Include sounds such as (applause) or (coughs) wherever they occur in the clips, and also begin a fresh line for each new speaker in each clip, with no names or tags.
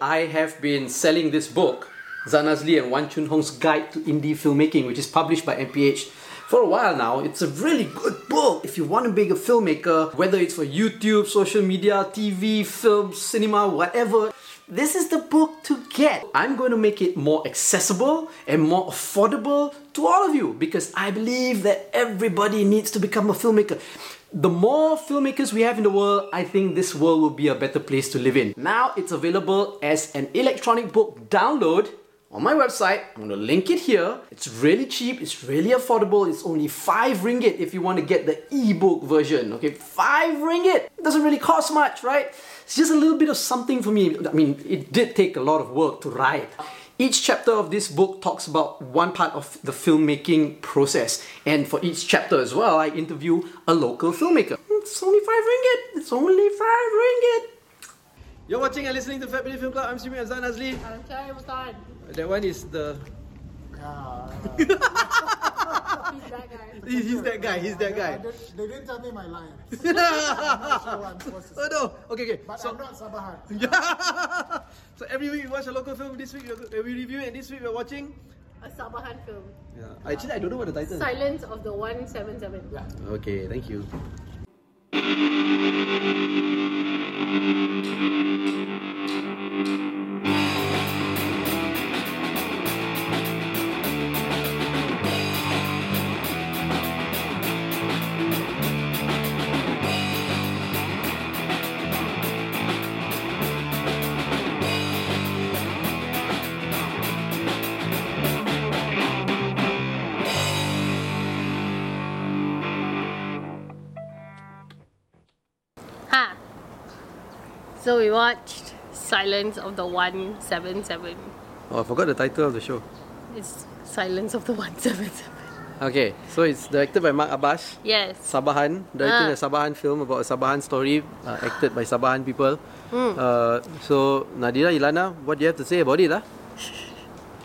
I have been selling this book, Zanazli and Wan Chun Hong's Guide to Indie Filmmaking, which is published by MPH. For a while now, it's a really good book. If you want to be a filmmaker, whether it's for YouTube, social media, TV, film, cinema, whatever, this is the book to get. I'm going to make it more accessible and more affordable to all of you because I believe that everybody needs to become a filmmaker. The more filmmakers we have in the world, I think this world will be a better place to live in. Now it's available as an electronic book download on my website. I'm gonna link it here. It's really cheap, it's really affordable. It's only 5 ringgit if you want to get the ebook version. Okay, 5 ringgit. It doesn't really cost much, right? It's just a little bit of something for me. I mean, it did take a lot of work to write. Each chapter of this book talks about one part of the filmmaking process, and for each chapter as well, I interview a local filmmaker. It's only 5 ringgit. It's only 5 ringgit. You're watching and listening to Fat Belly Film Club. I'm Simi Azan Azli.
I'm Terry Mustan.
That one is the
He's that guy.
He's, he's that guy. He's that
I
guy.
didn't- they didn't tell me my line.
oh
I'm supposed to-
no. Okay, okay. (laughs)
But I'm
So,
not Sabahan.
so every week we watch a local film. This week we we review, and this week we're watching.
A Sabahan film.
Yeah. Actually, I don't know what the title. is.
Silence of the 177.
Yeah.
Okay. Thank you.
Ha! So we watched Silence of the 177.
Oh, I forgot the title of the show.
It's Silence of the (laughs) 177.
Okay. So it's directed by Mark Abbas.
Yes.
Sabahan, directing
Ah.
a Sabahan film about a Sabahan story uh, acted by Sabahan people. Uh, so Nadira Ilana, what do you have to say about it? Lah?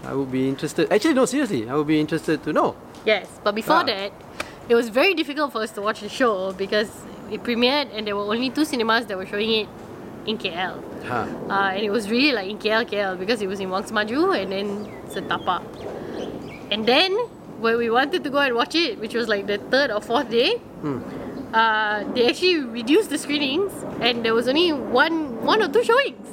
I would be interested. Actually, no, seriously, I would be interested to know.
Yes. But before
Ah.
that, it was very difficult for us to watch the show because it premiered and there were only two cinemas that were showing it in KL.
Ha.
Uh, and it was really like in KL, KL because it was in Wang Semaju and then Setapa. And then when we wanted to go and watch it, which was like the third or fourth day, uh, they actually reduced the screenings and there was only one, one or two showings.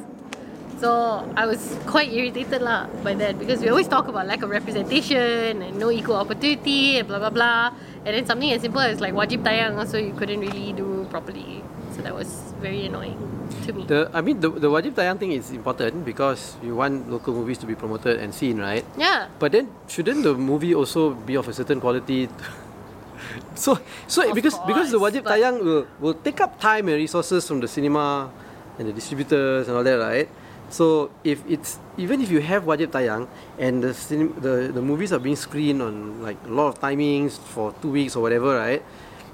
So I was quite irritated lah by that because we always talk about lack of representation and no equal opportunity and blah blah blah. And then something as simple as like wajib tayang also you couldn't really do properly. So that was very annoying to me.
The I mean the the wajib tayang thing is important because you want local movies to be promoted and seen, right?
yeah.
But then shouldn't the movie also be of a certain quality? (laughs) so so
Of
because because the
course,
wajib
but-
tayang will, will take up time and resources from the cinema and the distributors and all that, right? So if it's even if you have wajib tayang and the cinem- the the movies are being screened on like a lot of timings for two weeks or whatever, right?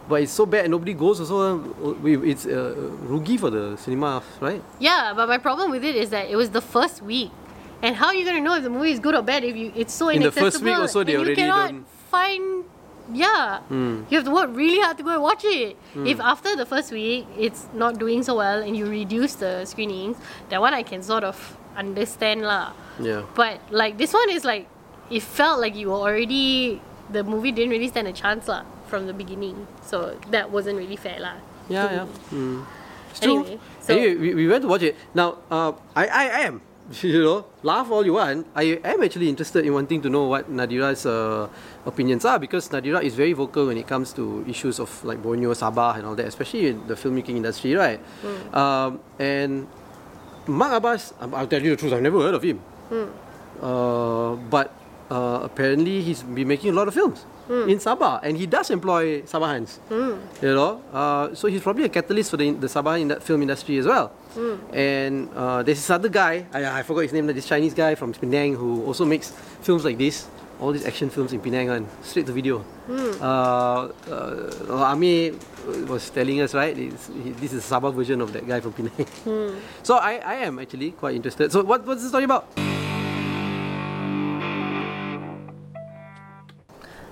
But it's so bad and nobody goes. Also, uh, we- it's uh, rugi for the cinema, right?
Yeah, but my problem with it is that it was the first week, and how are you gonna know if the movie is good or bad if you it's so
In the
inaccessible?
first week also, they
and
already
you cannot
don't- Hmm.
find. Yeah, you have to work really hard to go and watch it. If after the first week it's not doing so well and you reduce the screenings, that one I can sort of understand lah.
Yeah.
But like this one is like, it felt like you were already the movie didn't really stand a chance lah from the beginning, so that wasn't really fair lah.
Yeah, yeah.
to me.
Mm. It's true.
Anyway,
Anyway,
so-
we, we went to watch it. Now, uh, I, I am, (laughs) you know, laugh all you want. I am actually interested in wanting to know what Nadira's uh, opinions are because Nadira is very vocal when it comes to issues of like Borneo, Sabah, and all that, especially in the filmmaking industry, right? Um, and Mark Abbas, I'm- I'll tell you the truth, I've never heard of him. Uh, but uh, apparently he's been making a lot of films in Sabah, and he does employ Sabahans. You know, uh, so he's probably a catalyst for the, the Sabah in film industry as well. And uh, there's this other guy, I, I forgot his name, this Chinese guy from Penang who also makes films like this. All these action films in Penang, and straight to video. Uh, uh, Ami was telling us, right? It's, he, this is Sabah version of that guy from Penang. (laughs) So I, I am actually quite interested. So what, what's the story about?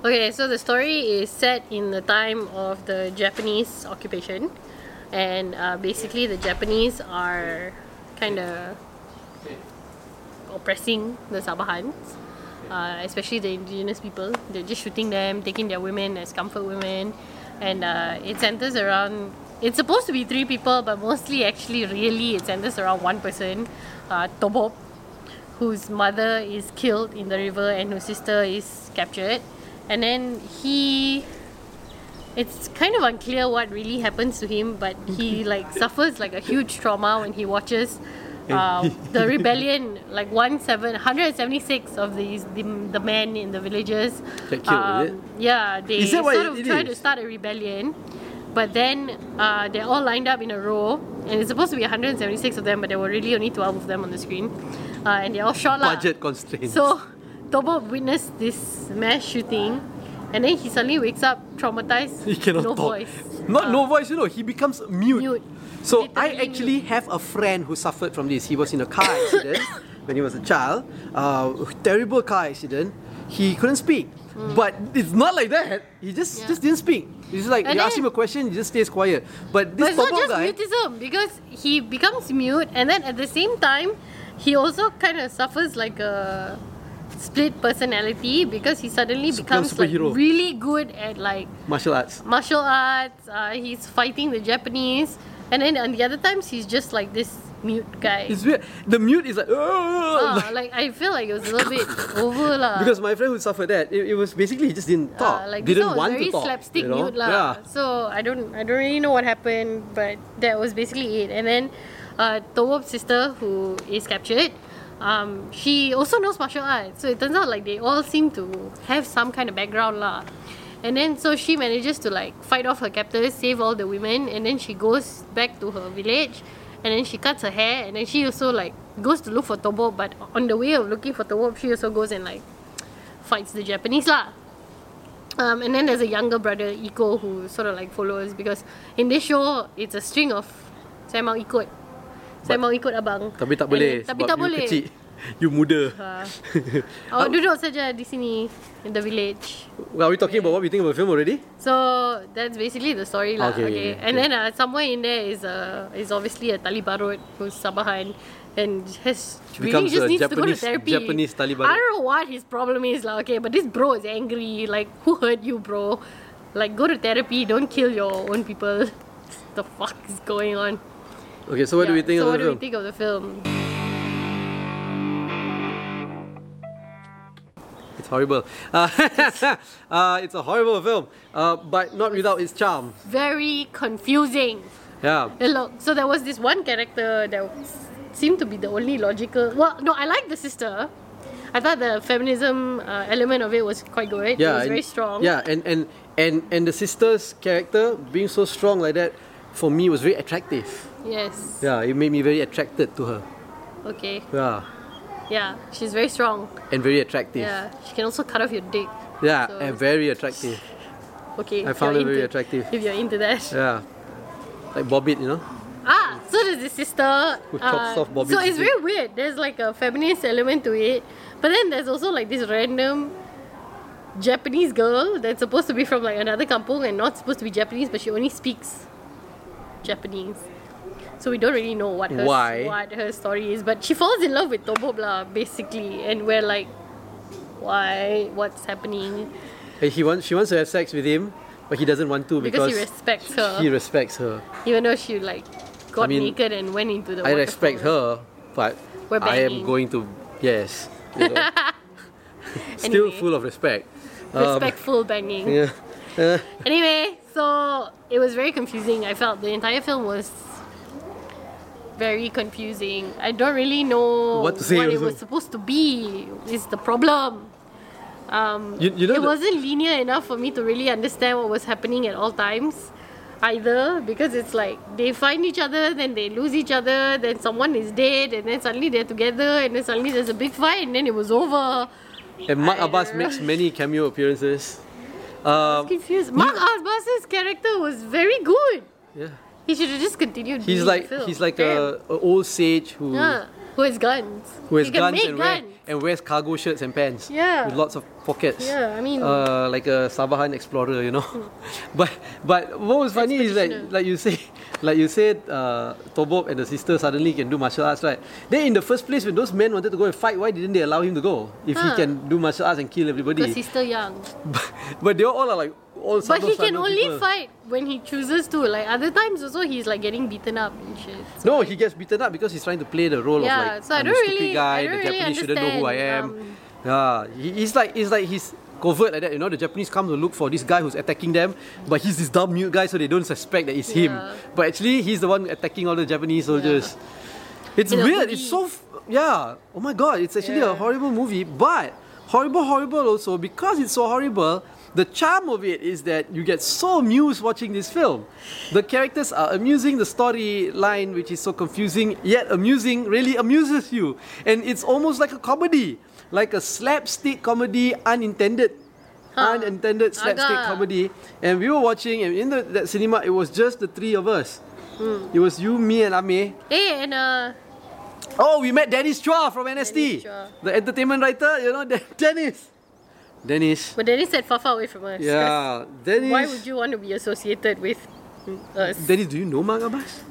Okay, so the story is set in the time of the Japanese occupation, and uh, basically the Japanese are kind of oppressing the Sabahans, uh, especially the indigenous people. They're just shooting them, taking their women as comfort women, and uh, it centers around. It's supposed to be three people, but mostly, actually, really, it centers around one person, uh, Tobop, whose mother is killed in the river and whose sister is captured, and then he it's kind of unclear what really happens to him, but
(laughs)
he like suffers like a huge trauma when he watches uh,
(laughs)
the rebellion, like one seven, 176 of these the, the men in the villages. um,
Get killed, is it?
Yeah, they
Is that what
sort
it-
of
it
try to
is?
start a rebellion, but then uh, they're all lined up in a row, and it's supposed to be 176 of them, but there were really only 12 of them on the screen, uh, and they're all shot lah.
Budget constraints.
So, Tobo witnessed this mass shooting, and then he suddenly wakes up traumatized.
(laughs) he cannot
no
talk.
voice.
Not
Uh,
no voice, you know. He becomes mute.
Mute.
So I
Literally
actually have a friend who suffered from this. He was in a
(coughs)
car accident when he was a child. Uh, terrible car accident. He couldn't speak. But it's not like that. He just
Mm. Yeah.
just didn't speak. It's like
And
you ask
then-
him a question, he just stays quiet. But
But
this
it's not
Bobo
just
guy,
mutism because he becomes mute, and then at the same time, he also kind of suffers like a split personality because he suddenly becomes like
superhero.
really good at like
martial arts.
martial arts. Uh, he's fighting the Japanese, and then on the other times he's just like this mute guy.
It's weird. The mute is like, "Ugh,"
Ah, like I feel like it was a little bit over lah.
(laughs) because my friend who suffered that, it, it was basically he just didn't talk.
Uh, like this
didn't
one was
want
very
to talk.
slapstick
you know?
nude lah.
Yeah.
So I don't I don't really know what happened, but that was basically it. And then uh Tobop's sister who is captured, um, she also knows martial arts. So it turns out like they all seem to have some kind of background lah. And then so she manages to like fight off her captors, save all the women, and then she goes back to her village and then she cuts her hair and then she also like goes to look for Tobo but on the way of looking for Tobo she also goes and like fights the Japanese lah. Um, and then there's a younger brother, Iko, who sort of like follows because in this show it's a string of saya mau ikut, saya
But-
mau ikut abang.
Tapi tak
And-
boleh.
Eh, Tapi
sebab
tak
you
boleh.
Kecil. You muda.
Ah. Awak duduk saja di sini in the village. (laughs)
Well, Oh. are we talking about what we think about the film already?
So that's basically the story lah.
Okay,
Okay.
okay, okay.
And then uh, somewhere in there is uh, is obviously a Tali Barut who's Sabahan and has really
Becomes
just
a
needs to go to
Japanese-
therapy.
Japanese Tali Barut.
I don't know what his problem is lah. Okay, but this bro is angry. Like who hurt you, bro? Like go to therapy. Don't kill your own people. the fuck is going on?
Okay, so what do we
Yeah,
think
so
of
what
the film?
do we think of the film?
It's horrible. Uh, (laughs) uh, it's a horrible film, uh, but not without its charm.
Very confusing.
Yeah.
Hello. So there was this one character that s- seemed to be the only logical. Well, no, I like the sister. I thought the feminism uh, element of it was quite good. it
Yeah.
was
and-
very strong.
Yeah, and, and and and the sister's character being so strong like that, for me was very attractive.
Yes.
Yeah, it made me very attracted to her.
Okay.
Yeah,
Yeah. She's very strong.
and very attractive.
Yeah. She can also cut off your dick.
Yeah,
So-
and very attractive.
Okay.
I
if
found
you're
her very
into-
attractive.
If you're into
(laughs)
that.
Yeah, like Bobbit, you know.
Ah, so there's this sister. uh,
Who chops off Bobby's
so it's
dick.
very weird. There's like a feminist element to it, but then there's also like this random Japanese girl that's supposed to be from like another kampung and not supposed to be Japanese, but she only speaks Japanese. So we don't really know what her
Why?
what her story is, but she falls in love with Tobobla basically, and we're like, why? What's happening?
And he wants she wants to have sex with him, but he doesn't want to
Because,
because,
he respects her,
he respects her.
even though she like got
I mean,
naked and went into the.
I respect
waterfall.
her, but
We're
I am
banging.
going to yes. you know.
(laughs)
Still
Anyway.
full of respect. Um,
respectful banging.
(laughs) yeah. Uh,
Anyway, so it was very confusing. I felt the entire film was very confusing. I don't really know
What to say
it
also.
was supposed to be. Is the problem? Um,
You- you know
it
the-
wasn't linear enough for me to really understand what was happening at all times either because it's like they find each other then they lose each other then someone is dead and then suddenly they're together and then suddenly there's a big fight and then it was over
and Mark
I
Abbas
don't
makes
know.
many cameo appearances. Um,
confused Mark Abbas's character was very good
yeah.
He should have just continued.
He's
doing
like
film.
he's like
Damn.
a, a old sage who
yeah, who has guns.
who has
he can
guns
make
and, wear,
guns.
and wears cargo shirts and pants.
Yeah.
With lots of pockets.
Yeah, I mean-
Uh, (laughs) like a Sabahan explorer, you know. but but what was funny is that
Expeditioner.
like you say, (laughs) Like you said, uh, Tobok and the sister suddenly can do martial arts, right? Then in the first place, when those men wanted to go and fight, why didn't they allow him to go? If he
Huh.
can do martial arts and kill
Because
everybody.
he's still young.
(laughs) but they all are like all
But he
Sando-Sando
can only
people.
fight when he chooses to. Like other times also he's like getting beaten up and shit.
No, he gets beaten up because he's trying to play the role of like
Yeah, so I
I'm a
don't
stupid
really-
guy. the
I don't really
Japanese shouldn't know who I am.
understand, um,
yeah, he, he's like he's like he's covert like that. You know, the Japanese come to look for this guy who's attacking them, but he's this dumb mute guy, so they don't suspect that it's
Yeah.
him. But actually, he's the one attacking all the Japanese soldiers. It's
In a
weird.
hoodie.
It's so f- yeah. Oh my god, it's actually a
Yeah.
horrible movie, but horrible, horrible also because it's so horrible. The charm of it is that you get so amused watching this film. The characters are amusing. The storyline, which is so confusing yet amusing, really amuses you, and it's almost like a comedy, like a slapstick comedy, unintended, unintended slapstick
Agak.
comedy. And we were watching, and in the, that cinema, it was just the three of us.
Hmm.
It was you, me, and Ame.
Eh, and uh
Oh, we met Dennis Chua from NST.
Dennis Chua.
The entertainment writer, you know, Den- (laughs) Dennis. Dennis.
but Dennis said far far away from us.
Yeah, Dennis.
(laughs) Why would you want to be associated with mm, us?
Dennis, do you know Magabas?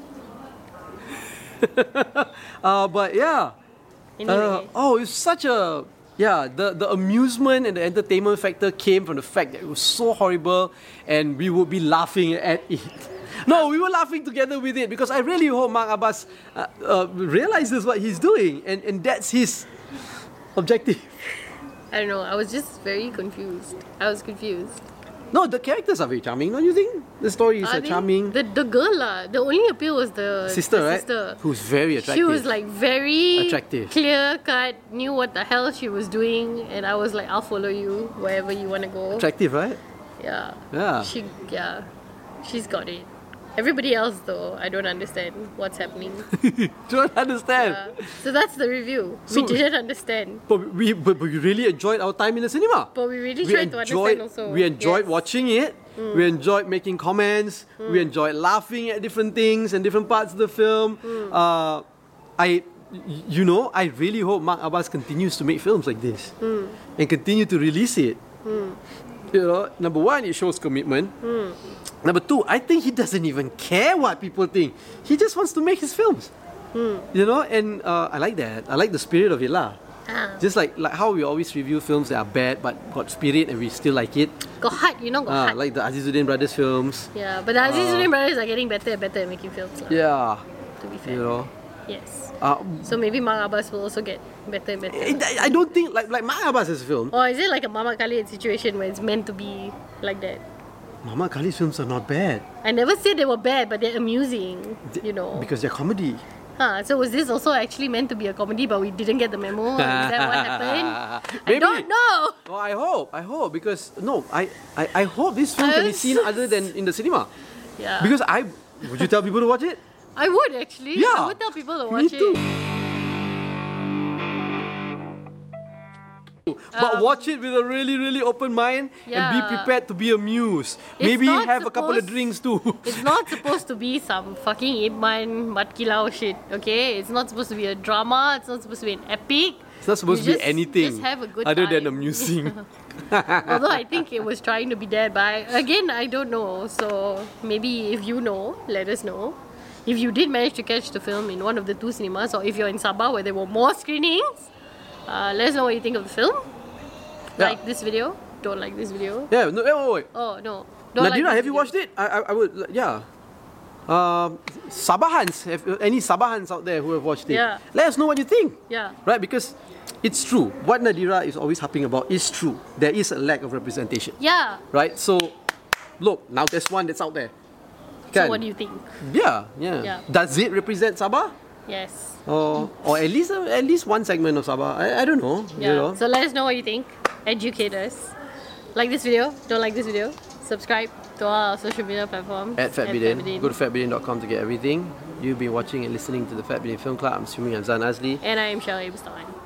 (laughs) uh, but yeah. Uh,
Anyway.
oh, it's such a yeah. The the amusement and the entertainment factor came from the fact that it was so horrible, and we would be laughing at (laughs) it. No, we were laughing together with it because I really hope Mark Abbas uh, uh, realizes what he's doing, and, and that's his objective.
I don't know. I was just very confused. I was confused.
No, the characters are very charming, don't you think? The story is
I
uh,
mean,
charming.
The the girl lah. The only appeal was the
sister,
the
right?
Sister.
Who's very attractive.
She was like very
Attractive.
clear cut, knew what the hell she was doing, and I was like, I'll follow you wherever you want to go.
attractive, right? (laughs)
Yeah.
Yeah.
She yeah. She's got it. Everybody else though, I don't understand what's
(laughs)
happening.
Don't understand.
Uh, so that's the review.
So-
we didn't understand.
But we but, but we really enjoyed our time in the cinema.
But we really
we
tried
enjoyed
to understand also.
we enjoyed
Yes. Mm.
watching it. We enjoyed making comments. We enjoyed laughing at different things and different parts of the film.
Mm.
Uh, I y- you know I really hope Mark Abbas continues to make films like this
Mm.
and continue to release it. You know, number one, it shows commitment.
Mm.
Number two, I think he doesn't even care what people think. He just wants to make his films.
Mm.
You know, and uh, I like that. I like the spirit of it, lah.
Ah.
Just like like how we always review films that are bad but got spirit and we still like it.
Got heart, you know, got (laughs)
Ah,
heart.
like the Azizuddin Brothers films.
yeah, but the Azizuddin brothers are getting better and better at making films. lah,
Yeah,
To be fair.
you know.
Yes.
Uh,
So maybe Mang Abbas will also get better and better.
it- I don't think like like Mak Abbas's film.
Or is it like a Mama Khalid situation where it's meant to be like that?
Mama Kali's films are not bad
I never said they were bad, but they're amusing, you know.
because they're comedy.
huh, so was this also actually meant to be a comedy, but we didn't get the memo? Is that
(laughs)
what happened? I
Maybe.
don't know.
Oh, I hope, I hope because no, I I, I hope this film can be
I'm
seen
so-
other than in the cinema.
Yeah.
Because I would you tell people to watch it?
I would actually.
Yeah.
I would tell people to
Me
watch
too.
it.
But watch it with a really, really open mind and be
Um, Yeah.
prepared to be amused.
It's
Maybe
not
have a couple of
supposed-
drinks too.
It's not supposed to be some fucking Ip Man Matkilau shit, okay? It's not supposed to be a drama, it's not supposed to be an epic.
(laughs) It's not supposed to
You
be
just-
anything
just have a good
other than
time. (laughs)
amusing.
Although I think it was trying to be dead, but I- again, I don't know. So maybe if you know, let us know. If you did manage to catch the film in one of the two cinemas, or if you're in Sabah where there were more screenings, uh, let us know what you think of the film.
Yeah.
Like this video, don't like this video.
yeah, no, wait, wait, wait.
Oh no, don't like.
Nadira,
this
have you
video.
watched it? I, I, I would, yeah. Um, Sabahans, have any Sabahans out there who have watched it?
Yeah.
Let us know what you think.
Yeah.
Right, because it's true. What Nadira is always harping about is true. There is a lack of representation.
Yeah.
Right? So, look, now there's one that's out there.
So
Kan?
what do you think?
Yeah, yeah,
Yeah.
Does it represent Sabah?
Yes.
Or, or at least uh, at least one segment of Sabah. I, I don't know. You know.
Yeah. So let us know what you think. Educate us. Like this video. Don't like this video. Subscribe to our social media platforms.
At Fat Bidin.
Fatbidin.
Go to fatbidin.com to get everything. You've been watching and listening to the Fat Bidin Film Club. I'm assuming I'm Zan Azli.
And I am Shelly Bastan.